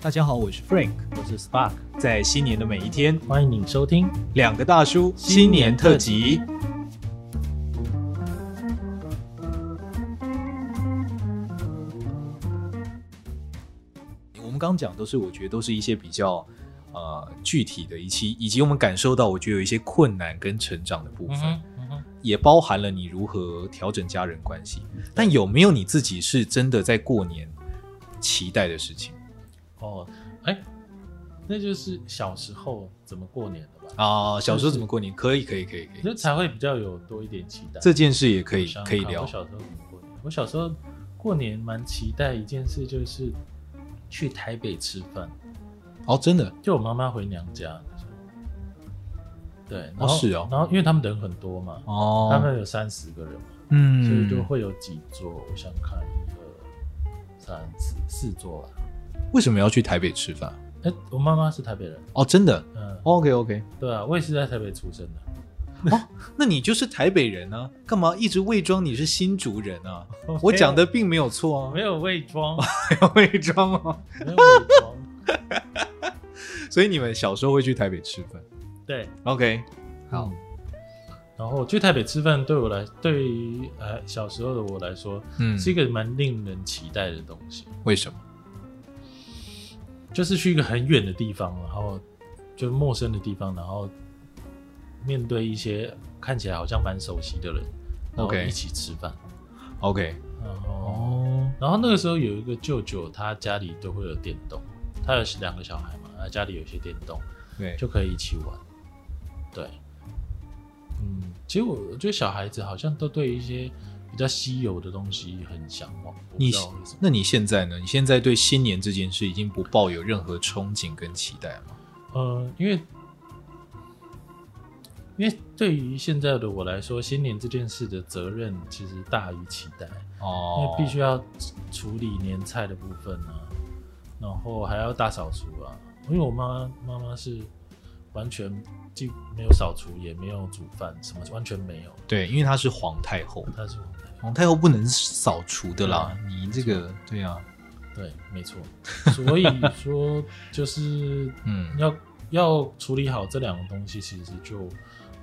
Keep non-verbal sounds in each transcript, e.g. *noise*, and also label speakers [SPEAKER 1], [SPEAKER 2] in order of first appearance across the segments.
[SPEAKER 1] 大家好，我是 Frank，
[SPEAKER 2] 我是 Spark，
[SPEAKER 1] 在新年的每一天，
[SPEAKER 2] 欢迎你收听。
[SPEAKER 1] 两个大叔新
[SPEAKER 2] 新
[SPEAKER 1] 年
[SPEAKER 2] 年
[SPEAKER 1] 特
[SPEAKER 2] 特
[SPEAKER 1] 辑
[SPEAKER 2] 辑。
[SPEAKER 1] 我们刚刚讲都是，我觉得都是一些比较呃具体的一期，以及我们感受到，我觉得有一些困难跟成长的部分，
[SPEAKER 2] 嗯哼，
[SPEAKER 1] 也包含了你如何调整家人关系。但有没有你自己是真的在过年期待的事情
[SPEAKER 2] 哦，哎，那就是小时候怎么过年的吧？
[SPEAKER 1] 啊、小时候怎么过年？可以，可以，可以，可以。
[SPEAKER 2] 那才会比较有多一点期待。
[SPEAKER 1] 这件事也可以
[SPEAKER 2] 想想
[SPEAKER 1] 可以
[SPEAKER 2] 看
[SPEAKER 1] 聊
[SPEAKER 2] 我，小时候怎么过年？我小时候过年蛮期待一件事，就是去台北吃饭，
[SPEAKER 1] 哦，真的，
[SPEAKER 2] 就我妈妈回娘家那时候。对，然
[SPEAKER 1] 哦
[SPEAKER 2] 后、
[SPEAKER 1] 是哦
[SPEAKER 2] 然后因为他们人很多嘛，
[SPEAKER 1] 哦，
[SPEAKER 2] 他们有三十个人嘛，
[SPEAKER 1] 嗯，
[SPEAKER 2] 所以就会有几桌。我想看一二三四四桌吧。
[SPEAKER 1] 为什么要去台北吃饭？
[SPEAKER 2] 哎、我妈妈是台北人，
[SPEAKER 1] 哦，真的
[SPEAKER 2] 嗯、
[SPEAKER 1] ，OK OK，
[SPEAKER 2] 对啊，我也是在台北出生的。
[SPEAKER 1] 那你就是台北人啊，干嘛一直伪装你是新竹人啊？
[SPEAKER 2] *laughs* 没有
[SPEAKER 1] 我讲的并没有错
[SPEAKER 2] 我
[SPEAKER 1] 啊，
[SPEAKER 2] 哦没有伪装，
[SPEAKER 1] 有伪装啊，
[SPEAKER 2] 没有伪装。
[SPEAKER 1] 所以你们小时候会去台北吃饭
[SPEAKER 2] *laughs* 对，
[SPEAKER 1] ，OK，好
[SPEAKER 2] 嗯。然后去台北吃饭，对我来，对于呃小时候的我来说，
[SPEAKER 1] 嗯，
[SPEAKER 2] 是一个蛮令人期待的东西。
[SPEAKER 1] 为什么？
[SPEAKER 2] 就是去一个很远的地方，然后就陌生的地方，然后面对一些看起来好像蛮熟悉的人，然后
[SPEAKER 1] OK
[SPEAKER 2] 一起吃饭。
[SPEAKER 1] ？OK，
[SPEAKER 2] 然后，
[SPEAKER 1] 哦，
[SPEAKER 2] 然后那个时候有一个舅舅，他家里都会有电动，他有两个小孩嘛，他家里有一些电动。
[SPEAKER 1] 对，
[SPEAKER 2] 就可以一起玩。对，嗯，其实我我觉得小孩子好像都对一些比较稀有的东西很向往。我不
[SPEAKER 1] 你
[SPEAKER 2] 知道为什么
[SPEAKER 1] 那你现在呢？你现在对新年这件事已经不抱有任何憧憬跟期待吗？
[SPEAKER 2] 呃，因为因为对于现在的我来说，新年这件事的责任其实大于期待，因
[SPEAKER 1] 哦
[SPEAKER 2] 为，必须要处理年菜的部分啊，然后还要大扫除啊。因为我妈妈妈是完全既没有扫除，也没有煮饭，什么完全没有，
[SPEAKER 1] 对，因为她是皇太后，
[SPEAKER 2] 她是我的
[SPEAKER 1] 皇太后哦不能扫除的啦
[SPEAKER 2] 对。啊
[SPEAKER 1] 你这个，对啊，
[SPEAKER 2] 对，
[SPEAKER 1] *laughs*
[SPEAKER 2] 没错。所以说，就是
[SPEAKER 1] 嗯，
[SPEAKER 2] 要要处理好这两个东西，其实就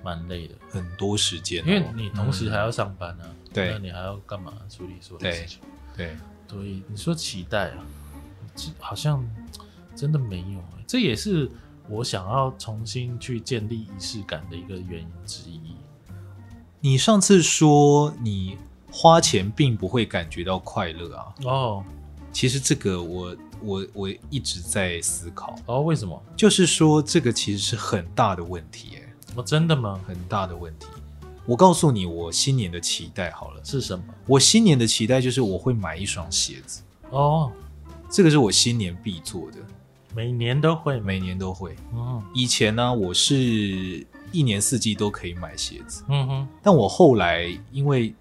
[SPEAKER 2] 蛮累的，
[SPEAKER 1] 很多时间哦，
[SPEAKER 2] 因为你同时
[SPEAKER 1] 嗯
[SPEAKER 2] 还要上班啊，
[SPEAKER 1] 对
[SPEAKER 2] 那你还要干嘛处理所有事情？
[SPEAKER 1] 对，
[SPEAKER 2] 所以你说期待啊，这好像真的没有、欸，这也是我想要重新去建立仪式感的一个原因之一。
[SPEAKER 1] 你上次说你花钱并不会感觉到快乐啊，
[SPEAKER 2] 哦
[SPEAKER 1] 其实这个我我我一直在思考，
[SPEAKER 2] 哦，为什么？
[SPEAKER 1] 就是说这个其实是很大的问题、欸，
[SPEAKER 2] 哦，真的吗？
[SPEAKER 1] 很大的问题。我告诉你，我新年的期待好了，
[SPEAKER 2] 是什么？
[SPEAKER 1] 我新年的期待就是我会买一双鞋子，
[SPEAKER 2] 哦，
[SPEAKER 1] 这个是我新年必做的，
[SPEAKER 2] 每年都会买，
[SPEAKER 1] 每年都会。
[SPEAKER 2] 嗯
[SPEAKER 1] 以前呢、我是一年四季都可以买鞋子，
[SPEAKER 2] 嗯哼，
[SPEAKER 1] 但我后来因为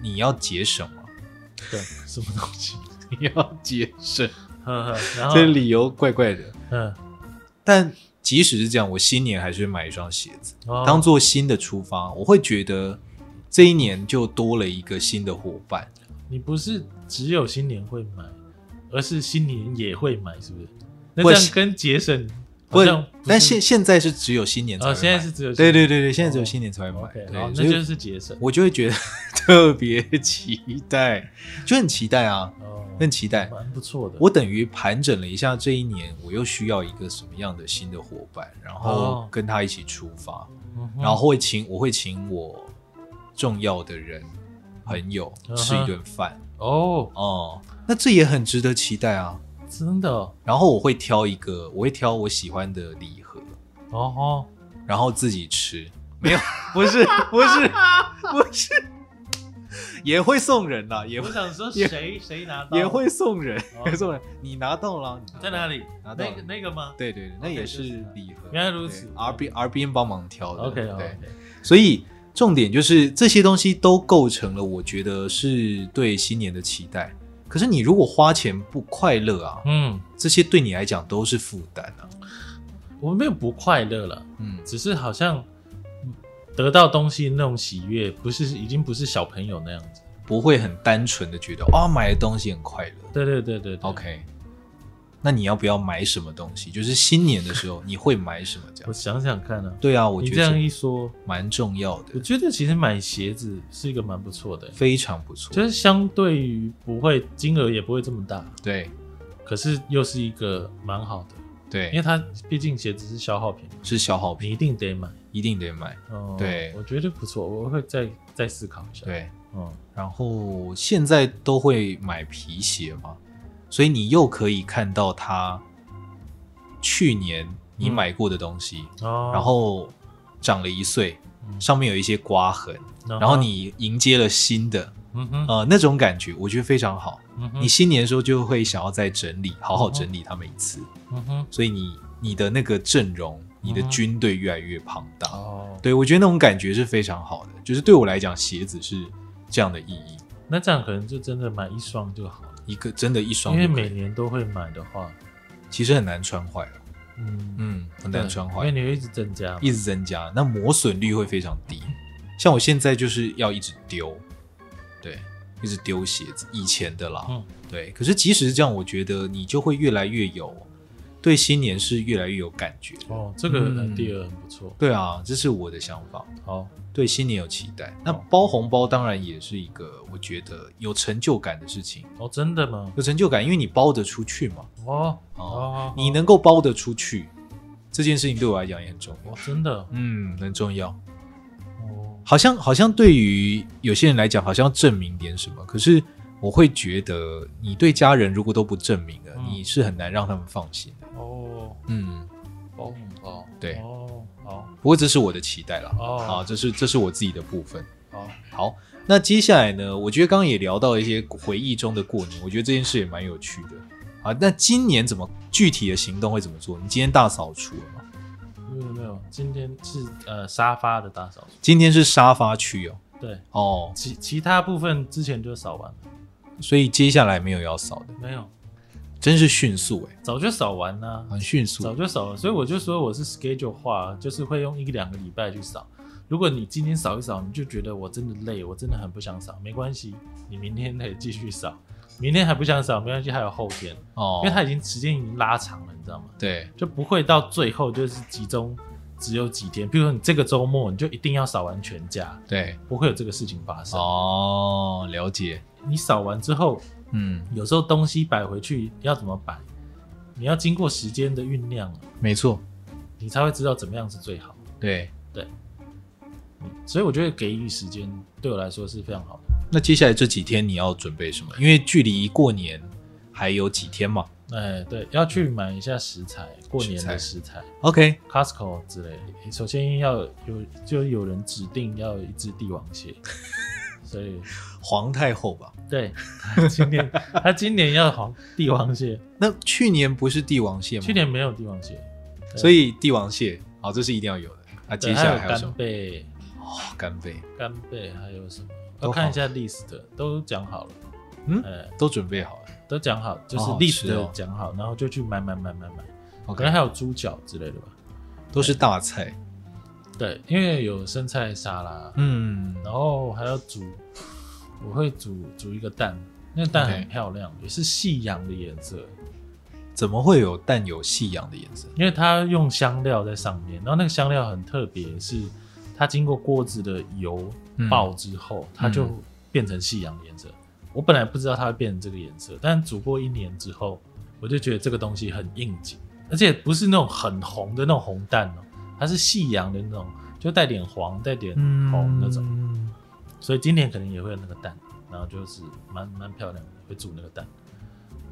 [SPEAKER 1] 你要节省嘛， *laughs*
[SPEAKER 2] 对，什么东西？
[SPEAKER 1] 你要节省，
[SPEAKER 2] 呵呵，然后
[SPEAKER 1] 这理由怪怪的。
[SPEAKER 2] 嗯，
[SPEAKER 1] 但即使是这样，我新年还是会买一双鞋子，
[SPEAKER 2] 哦
[SPEAKER 1] 当做新的出发。我会觉得这一年就多了一个新的伙伴。
[SPEAKER 2] 你不是只有新年会买，而是新年也会买，是不是？那
[SPEAKER 1] 不
[SPEAKER 2] 这
[SPEAKER 1] 是
[SPEAKER 2] 样跟节省好
[SPEAKER 1] 不
[SPEAKER 2] 像不是，
[SPEAKER 1] 但现现在是只有新年才会
[SPEAKER 2] 哦，
[SPEAKER 1] 买，
[SPEAKER 2] 现在是只有
[SPEAKER 1] 对对对对，现在只有
[SPEAKER 2] 哦
[SPEAKER 1] 新年才会买。
[SPEAKER 2] OK，
[SPEAKER 1] 对，
[SPEAKER 2] 好，
[SPEAKER 1] 所
[SPEAKER 2] 那
[SPEAKER 1] 以
[SPEAKER 2] 就是节省
[SPEAKER 1] 我就会觉得 *laughs* 特别期待，就很期待啊，
[SPEAKER 2] 哦，
[SPEAKER 1] 很期待。
[SPEAKER 2] 蛮不错的。
[SPEAKER 1] 我等于盘整了一下这一年，我又需要一个什么样的新的伙伴，然后
[SPEAKER 2] 哦
[SPEAKER 1] 跟他一起出发。
[SPEAKER 2] 嗯哼
[SPEAKER 1] 然后会请我会请我重要的人朋友
[SPEAKER 2] 嗯哼
[SPEAKER 1] 吃一顿饭
[SPEAKER 2] 哦，
[SPEAKER 1] 哦、那这也很值得期待啊。
[SPEAKER 2] 真的哦
[SPEAKER 1] 然后我会挑一个，我会挑我喜欢的礼盒，
[SPEAKER 2] 哦，
[SPEAKER 1] 然后自己吃。 *laughs* 没有，不是，不是，不是，也会送人啦，也
[SPEAKER 2] 我
[SPEAKER 1] 会
[SPEAKER 2] 想说
[SPEAKER 1] 也
[SPEAKER 2] 谁谁拿到
[SPEAKER 1] 也会送人，
[SPEAKER 2] 哦
[SPEAKER 1] 也会送人。你拿到了，你拿到
[SPEAKER 2] 在哪里？
[SPEAKER 1] 拿
[SPEAKER 2] 那
[SPEAKER 1] 到
[SPEAKER 2] 个那个吗？
[SPEAKER 1] 对对对，那
[SPEAKER 2] OK，
[SPEAKER 1] 也
[SPEAKER 2] 就是是拿
[SPEAKER 1] 礼盒。
[SPEAKER 2] 原来如此
[SPEAKER 1] R B R B N 帮忙挑的。
[SPEAKER 2] OK 哦
[SPEAKER 1] 对
[SPEAKER 2] OK，。
[SPEAKER 1] 所以重点就是这些东西都构成了我觉得是对新年的期待。可是你如果花钱不快乐啊，
[SPEAKER 2] 嗯，
[SPEAKER 1] 这些对你来讲都是负担啊。
[SPEAKER 2] 我没有不快乐了，
[SPEAKER 1] 嗯，
[SPEAKER 2] 只是好像嗯得到东西那种喜悦，不是已经不是小朋友那样子。
[SPEAKER 1] 哦不会很单纯的觉得啊、买的东西很快乐。
[SPEAKER 2] 对对对对对
[SPEAKER 1] OK，那你要不要买什么东西？就是新年的时候你会买什么？这
[SPEAKER 2] 我
[SPEAKER 1] 样
[SPEAKER 2] 想想看啊，
[SPEAKER 1] 对啊，我
[SPEAKER 2] 你
[SPEAKER 1] 觉
[SPEAKER 2] 这样
[SPEAKER 1] 得
[SPEAKER 2] 一说，
[SPEAKER 1] 蛮重要的
[SPEAKER 2] 我，觉得其实买鞋子是一个蛮不错的、欸
[SPEAKER 1] 非常不错。
[SPEAKER 2] 就是相对于不会金额也不会这么大，
[SPEAKER 1] 对
[SPEAKER 2] 可是又是一个蛮好的，因
[SPEAKER 1] 对，
[SPEAKER 2] 为它毕竟鞋子是消耗品，
[SPEAKER 1] 是消耗品，
[SPEAKER 2] 你一定得买。
[SPEAKER 1] 一定得买。
[SPEAKER 2] 哦，
[SPEAKER 1] 对
[SPEAKER 2] 我觉得不错，我会再再思考一下。，
[SPEAKER 1] 对，
[SPEAKER 2] 嗯，
[SPEAKER 1] 然后现在都会买皮鞋嘛，所以你又可以看到它去年你
[SPEAKER 2] 嗯
[SPEAKER 1] 买过的东西，
[SPEAKER 2] 哦，
[SPEAKER 1] 然后长了一岁，
[SPEAKER 2] 嗯
[SPEAKER 1] 上面有一些刮痕，
[SPEAKER 2] 然
[SPEAKER 1] 然后，你迎接了新的，
[SPEAKER 2] 嗯哼，
[SPEAKER 1] 呃，那种感觉我觉得非常好。
[SPEAKER 2] 嗯哼
[SPEAKER 1] 你，新年的时候就会想要再整理，好好
[SPEAKER 2] 嗯哼
[SPEAKER 1] 整理它们一次，
[SPEAKER 2] 嗯哼，
[SPEAKER 1] 所以你你的那个阵容，你的
[SPEAKER 2] 嗯哼
[SPEAKER 1] 军队越来越庞大。
[SPEAKER 2] 哦，
[SPEAKER 1] 对我觉得那种感觉是非常好的，就是对我来讲，鞋子是这样的意义。
[SPEAKER 2] 那这样可能就真的买一双就好了，
[SPEAKER 1] 一个真的一双
[SPEAKER 2] 因为
[SPEAKER 1] 就可以，
[SPEAKER 2] 每年都会买的话，
[SPEAKER 1] 其实很难穿坏了，
[SPEAKER 2] 嗯，
[SPEAKER 1] 嗯，很
[SPEAKER 2] 对
[SPEAKER 1] 难穿
[SPEAKER 2] 因为
[SPEAKER 1] 坏，
[SPEAKER 2] 你会一直增加嘛，
[SPEAKER 1] 一直增加，那磨损率会非常低。像我现在就是要一直丢，对，一直丢鞋子，以前的啦，
[SPEAKER 2] 嗯
[SPEAKER 1] 对。可是即使是这样，我觉得你就会越来越有对新年是越来越有感觉的。
[SPEAKER 2] 哦，这个
[SPEAKER 1] 嗯
[SPEAKER 2] idea 很不错。
[SPEAKER 1] 对啊，这是我的想法，
[SPEAKER 2] 好，
[SPEAKER 1] 对新年有期待。那
[SPEAKER 2] 哦
[SPEAKER 1] 包红包当然也是一个我觉得有成就感的事情，
[SPEAKER 2] 哦，真的吗？
[SPEAKER 1] 有成就感，因为你包得出去嘛。
[SPEAKER 2] 哦，
[SPEAKER 1] 哦
[SPEAKER 2] 哦，
[SPEAKER 1] 你能够包得出去，这件事情对我来讲也很重要
[SPEAKER 2] 哦，。真的，
[SPEAKER 1] 嗯，很重要。
[SPEAKER 2] 哦，
[SPEAKER 1] 好像好像对于有些人来讲，好像要证明点什么，可是我会觉得，你对家人如果都不证明了，
[SPEAKER 2] 嗯
[SPEAKER 1] 你是很难让他们放心的。
[SPEAKER 2] 哦，
[SPEAKER 1] 嗯，
[SPEAKER 2] 包红包，
[SPEAKER 1] 对
[SPEAKER 2] 哦，好，
[SPEAKER 1] 不过这是我的期待啦。
[SPEAKER 2] 哦
[SPEAKER 1] 好，这是这是我自己的部分。
[SPEAKER 2] 好，
[SPEAKER 1] 好，那接下来呢？我觉得刚刚也聊到一些回忆中的过年，我觉得这件事也蛮有趣的。好，那今年怎么具体的行动会怎么做？你今天大扫除了吗？
[SPEAKER 2] 没有没有，今天是呃沙发的大扫除，
[SPEAKER 1] 今天是沙发区哦。
[SPEAKER 2] 对，
[SPEAKER 1] 哦，
[SPEAKER 2] 其其他部分之前就扫完了，
[SPEAKER 1] 所以接下来没有要扫的，
[SPEAKER 2] 没有，
[SPEAKER 1] 真是迅速哎、
[SPEAKER 2] 早就扫完啦，
[SPEAKER 1] 很迅
[SPEAKER 2] 早
[SPEAKER 1] 速。
[SPEAKER 2] 就扫了，所以我就说我是 schedule 化，就是会用一两个礼拜去扫。如果你今天扫一扫，你就觉得我真的累，我真的很不想扫，没关系，你明天可以继续扫，明天还不想扫没关系，还有后天，
[SPEAKER 1] 哦
[SPEAKER 2] 因，为它已经时间已经拉长了，你知道吗？
[SPEAKER 1] 对
[SPEAKER 2] 就不会到最后就是集中只有几天，比如说你这个周末你就一定要扫完全家，
[SPEAKER 1] 对
[SPEAKER 2] 不会有这个事情发生。
[SPEAKER 1] 哦，了解。
[SPEAKER 2] 你扫完之后，
[SPEAKER 1] 嗯，
[SPEAKER 2] 有时候东西摆回去要怎么摆，你要经过时间的酝酿，
[SPEAKER 1] 没错，
[SPEAKER 2] 你才会知道怎么样是最好。
[SPEAKER 1] 对。
[SPEAKER 2] 嗯，所以我觉得给予时间对我来说是非常好的。
[SPEAKER 1] 那接下来这几天你要准备什么？因为距离过年还有几天嘛。
[SPEAKER 2] 哎，对，要去买一下食材，过年的
[SPEAKER 1] 食
[SPEAKER 2] 食材
[SPEAKER 1] OK，
[SPEAKER 2] ，Costco 之类的。首先要有，就有人指定要有一只帝王
[SPEAKER 1] *laughs*
[SPEAKER 2] 蟹，所以
[SPEAKER 1] 皇太后吧。
[SPEAKER 2] 对，他今年他今年要黄帝王蟹，
[SPEAKER 1] 那去年不是帝王蟹吗？
[SPEAKER 2] 去，年没有帝王蟹，对
[SPEAKER 1] 所以帝王蟹，好，这是一定要有的。那接
[SPEAKER 2] 对
[SPEAKER 1] 下来还
[SPEAKER 2] 还有
[SPEAKER 1] 有什
[SPEAKER 2] 干
[SPEAKER 1] 么？
[SPEAKER 2] 贝、
[SPEAKER 1] 哦，干贝
[SPEAKER 2] 干贝还有什么？
[SPEAKER 1] 都好
[SPEAKER 2] 要看一下 list 的，都讲好了，
[SPEAKER 1] 嗯
[SPEAKER 2] 哎，
[SPEAKER 1] 都准备好了。
[SPEAKER 2] 都讲好，就是
[SPEAKER 1] 好好
[SPEAKER 2] list
[SPEAKER 1] 吃哦
[SPEAKER 2] 的讲好，然后就去买买买买买，可
[SPEAKER 1] OK，
[SPEAKER 2] 能还有猪脚之类的吧。
[SPEAKER 1] 都是大菜。
[SPEAKER 2] 对，因为有生菜沙拉，
[SPEAKER 1] 嗯，
[SPEAKER 2] 然后还要煮，我会煮煮一个蛋，那个蛋
[SPEAKER 1] OK
[SPEAKER 2] 很漂亮，也是夕阳的颜色，
[SPEAKER 1] 怎么会有蛋有夕阳的颜色？
[SPEAKER 2] 因为它用香料在上面，然后那个香料很特别，是它经过锅子的油
[SPEAKER 1] 嗯
[SPEAKER 2] 爆之后，它就变成夕阳的颜色。我本来不知道它会变成这个颜色，但煮过一年之后，我就觉得这个东西很应景，而且不是那种很红的那种红蛋哦，它是夕阳的那种，就带点黄、带点红那
[SPEAKER 1] 哦
[SPEAKER 2] 种。
[SPEAKER 1] 种。
[SPEAKER 2] 所以今年可能也会有那个蛋，然后就是蛮蛮漂亮的，会煮那个蛋。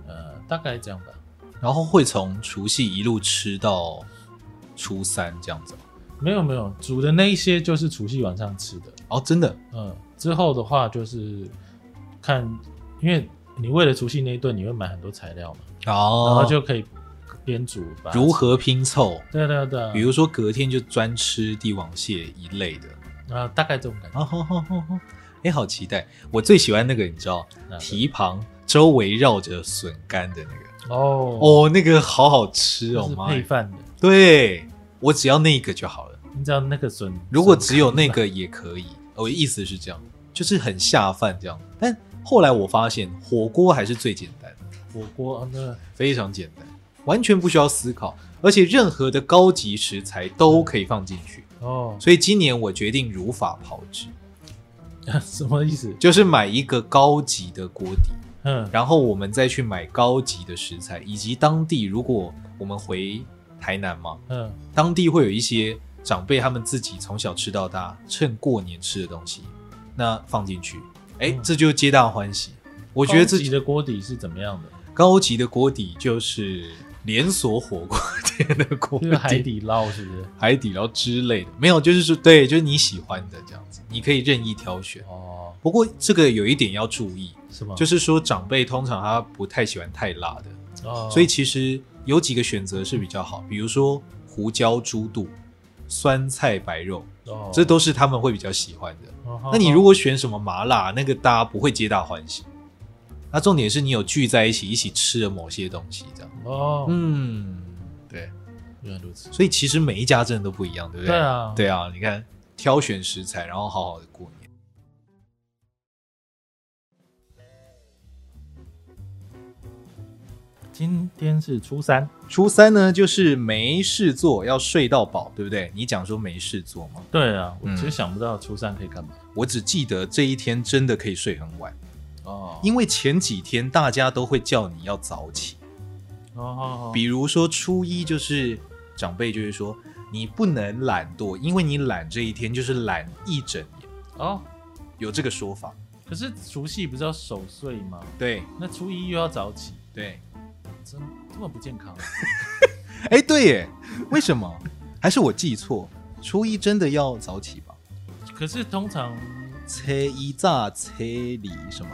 [SPEAKER 2] 呃，大概这样吧。
[SPEAKER 1] 然后会从除夕一路吃到初三这样子吗。
[SPEAKER 2] 没有没有，煮的那一些就是除夕晚上吃的。
[SPEAKER 1] 哦，真的
[SPEAKER 2] 嗯，之后的话就是看，因为你为了除夕那一顿，你会买很多材料嘛，然
[SPEAKER 1] 哦
[SPEAKER 2] 后就可以边煮吧。
[SPEAKER 1] 如？何拼凑？
[SPEAKER 2] 对对对啊，
[SPEAKER 1] 比如说隔天就专吃帝王蟹一类的。 *laughs*
[SPEAKER 2] 啊、大概这种感觉。
[SPEAKER 1] 啊，好好好好，哎，好期待！我最喜欢那个，你知道，
[SPEAKER 2] 那个
[SPEAKER 1] 蹄旁周围绕着笋干的那个。
[SPEAKER 2] 哦哦，
[SPEAKER 1] 哦，那个好好吃
[SPEAKER 2] 这
[SPEAKER 1] 哦，
[SPEAKER 2] 是
[SPEAKER 1] 妈
[SPEAKER 2] 配
[SPEAKER 1] 呀！
[SPEAKER 2] 饭的，
[SPEAKER 1] 对，我只要那个就好了。
[SPEAKER 2] 你知道那个笋，
[SPEAKER 1] 如果
[SPEAKER 2] 笋
[SPEAKER 1] 只有
[SPEAKER 2] 干
[SPEAKER 1] 那个也可以。哦我的意思是这样，就是很下饭这样。但后来我发现火锅还是最简单的，
[SPEAKER 2] 火锅，啊那个
[SPEAKER 1] 非常简单。完全不需要思考，而且任何的高级食材都可以放进去。
[SPEAKER 2] 哦， *laughs*
[SPEAKER 1] 所以今年我决定如法炮制，
[SPEAKER 2] 什么意思？
[SPEAKER 1] 就是买一个高级的锅底，
[SPEAKER 2] 嗯
[SPEAKER 1] 然后我们再去买高级的食材，以及当地如果我们回台南嘛，
[SPEAKER 2] 嗯，
[SPEAKER 1] 当地会有一些长辈他们自己从小吃到大，趁过年吃的东西，那放进去，哎、
[SPEAKER 2] 嗯
[SPEAKER 1] 这就皆大欢喜。我觉得自
[SPEAKER 2] 高级
[SPEAKER 1] 己
[SPEAKER 2] 的锅底是怎么样的？
[SPEAKER 1] 高级的锅底就是连锁火锅店的锅
[SPEAKER 2] 就
[SPEAKER 1] 底，
[SPEAKER 2] 是海底捞是不是？
[SPEAKER 1] 海底捞之类的，没有，就是说对，就是你喜欢的这样子，你可以任意挑选。
[SPEAKER 2] 哦，
[SPEAKER 1] 不过这个有一点要注意，
[SPEAKER 2] 是吗？
[SPEAKER 1] 就是说长辈通常他不太喜欢太辣的，
[SPEAKER 2] 哦，
[SPEAKER 1] 所以其实有几个选择是比较好，比如说胡椒猪肚、酸菜白肉，
[SPEAKER 2] 哦
[SPEAKER 1] 这都是他们会比较喜欢的。
[SPEAKER 2] 哦
[SPEAKER 1] 那你如果选什么麻辣，那个大家不会皆大欢喜。那重点是你有聚在一起一起吃了某些东西，这样。
[SPEAKER 2] 哦，
[SPEAKER 1] 嗯，对，
[SPEAKER 2] 原来如此。
[SPEAKER 1] 所以其实每一家真的都不一样，对不对？
[SPEAKER 2] 对啊，，
[SPEAKER 1] 对啊，你看挑选食材，然后好好的过年。
[SPEAKER 2] 今天是初三，
[SPEAKER 1] 初三呢，就是没事做，要睡到饱，对不对？你讲说没事做嘛，
[SPEAKER 2] 对啊，我
[SPEAKER 1] 嗯
[SPEAKER 2] 其实想不到初三可以干嘛。
[SPEAKER 1] 我只记得这一天真的可以睡很晚，
[SPEAKER 2] 哦，
[SPEAKER 1] 因为前几天大家都会叫你要早起，
[SPEAKER 2] 哦，
[SPEAKER 1] 比如说初一就是长辈就会说你不能懒惰，因为你懒这一天就是懒一整年，
[SPEAKER 2] 哦，
[SPEAKER 1] 有这个说法。
[SPEAKER 2] 可是除夕不是要守岁吗？
[SPEAKER 1] 对
[SPEAKER 2] 那初一又要早起，
[SPEAKER 1] 对，
[SPEAKER 2] 真这么不健康啊。
[SPEAKER 1] 哎对耶，为什么？还是我记错？初一真的要早起吧？
[SPEAKER 2] 可是通常
[SPEAKER 1] 初一早，初二什么？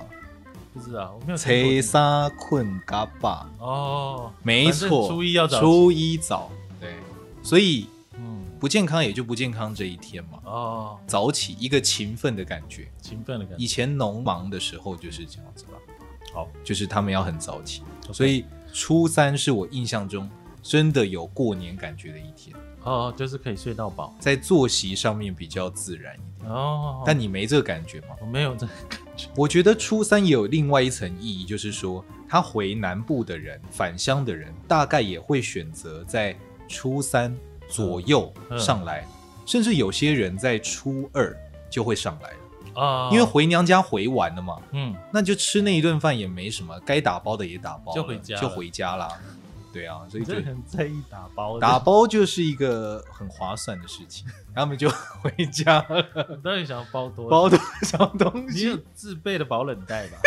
[SPEAKER 2] 不知道，我没有听过
[SPEAKER 1] 初三困嘎巴，
[SPEAKER 2] 哦，
[SPEAKER 1] 没
[SPEAKER 2] 反
[SPEAKER 1] 错，
[SPEAKER 2] 正初一要早起，
[SPEAKER 1] 初一早，对，所以
[SPEAKER 2] 嗯，
[SPEAKER 1] 不健康也就不健康这一天嘛。
[SPEAKER 2] 哦，
[SPEAKER 1] 早起一个勤奋的感觉，
[SPEAKER 2] 勤奋的感
[SPEAKER 1] 以
[SPEAKER 2] 觉，
[SPEAKER 1] 前农忙的时候就是这样子吧。
[SPEAKER 2] 好，
[SPEAKER 1] 就是他们要很早起，所以初三是我印象中真的有过年感觉的一天，
[SPEAKER 2] 哦，就是可以睡到饱。
[SPEAKER 1] 在作息上面比较自然一点。
[SPEAKER 2] 哦，
[SPEAKER 1] 但你没这个感觉吗？
[SPEAKER 2] 我没有这，
[SPEAKER 1] 我觉得初三也有另外一层意义，就是说，他回南部的人、返乡的人，大概也会选择在初三左右
[SPEAKER 2] 嗯嗯
[SPEAKER 1] 上来，甚至有些人在初二就会上来了，
[SPEAKER 2] 哦，
[SPEAKER 1] 因为回娘家回完了嘛，
[SPEAKER 2] 嗯，
[SPEAKER 1] 那就吃那一顿饭也没什么，该打包的也打包了，
[SPEAKER 2] 就回家了
[SPEAKER 1] 就回家啦。对啊，所以
[SPEAKER 2] 你
[SPEAKER 1] 就
[SPEAKER 2] 真的很在意打包的，
[SPEAKER 1] 打
[SPEAKER 2] *laughs*
[SPEAKER 1] 包就是一个很划算的事情，他们就回家了
[SPEAKER 2] 你到底想要包多少？
[SPEAKER 1] 包多少东
[SPEAKER 2] 你
[SPEAKER 1] 西啊
[SPEAKER 2] 有？自备的保冷袋吧？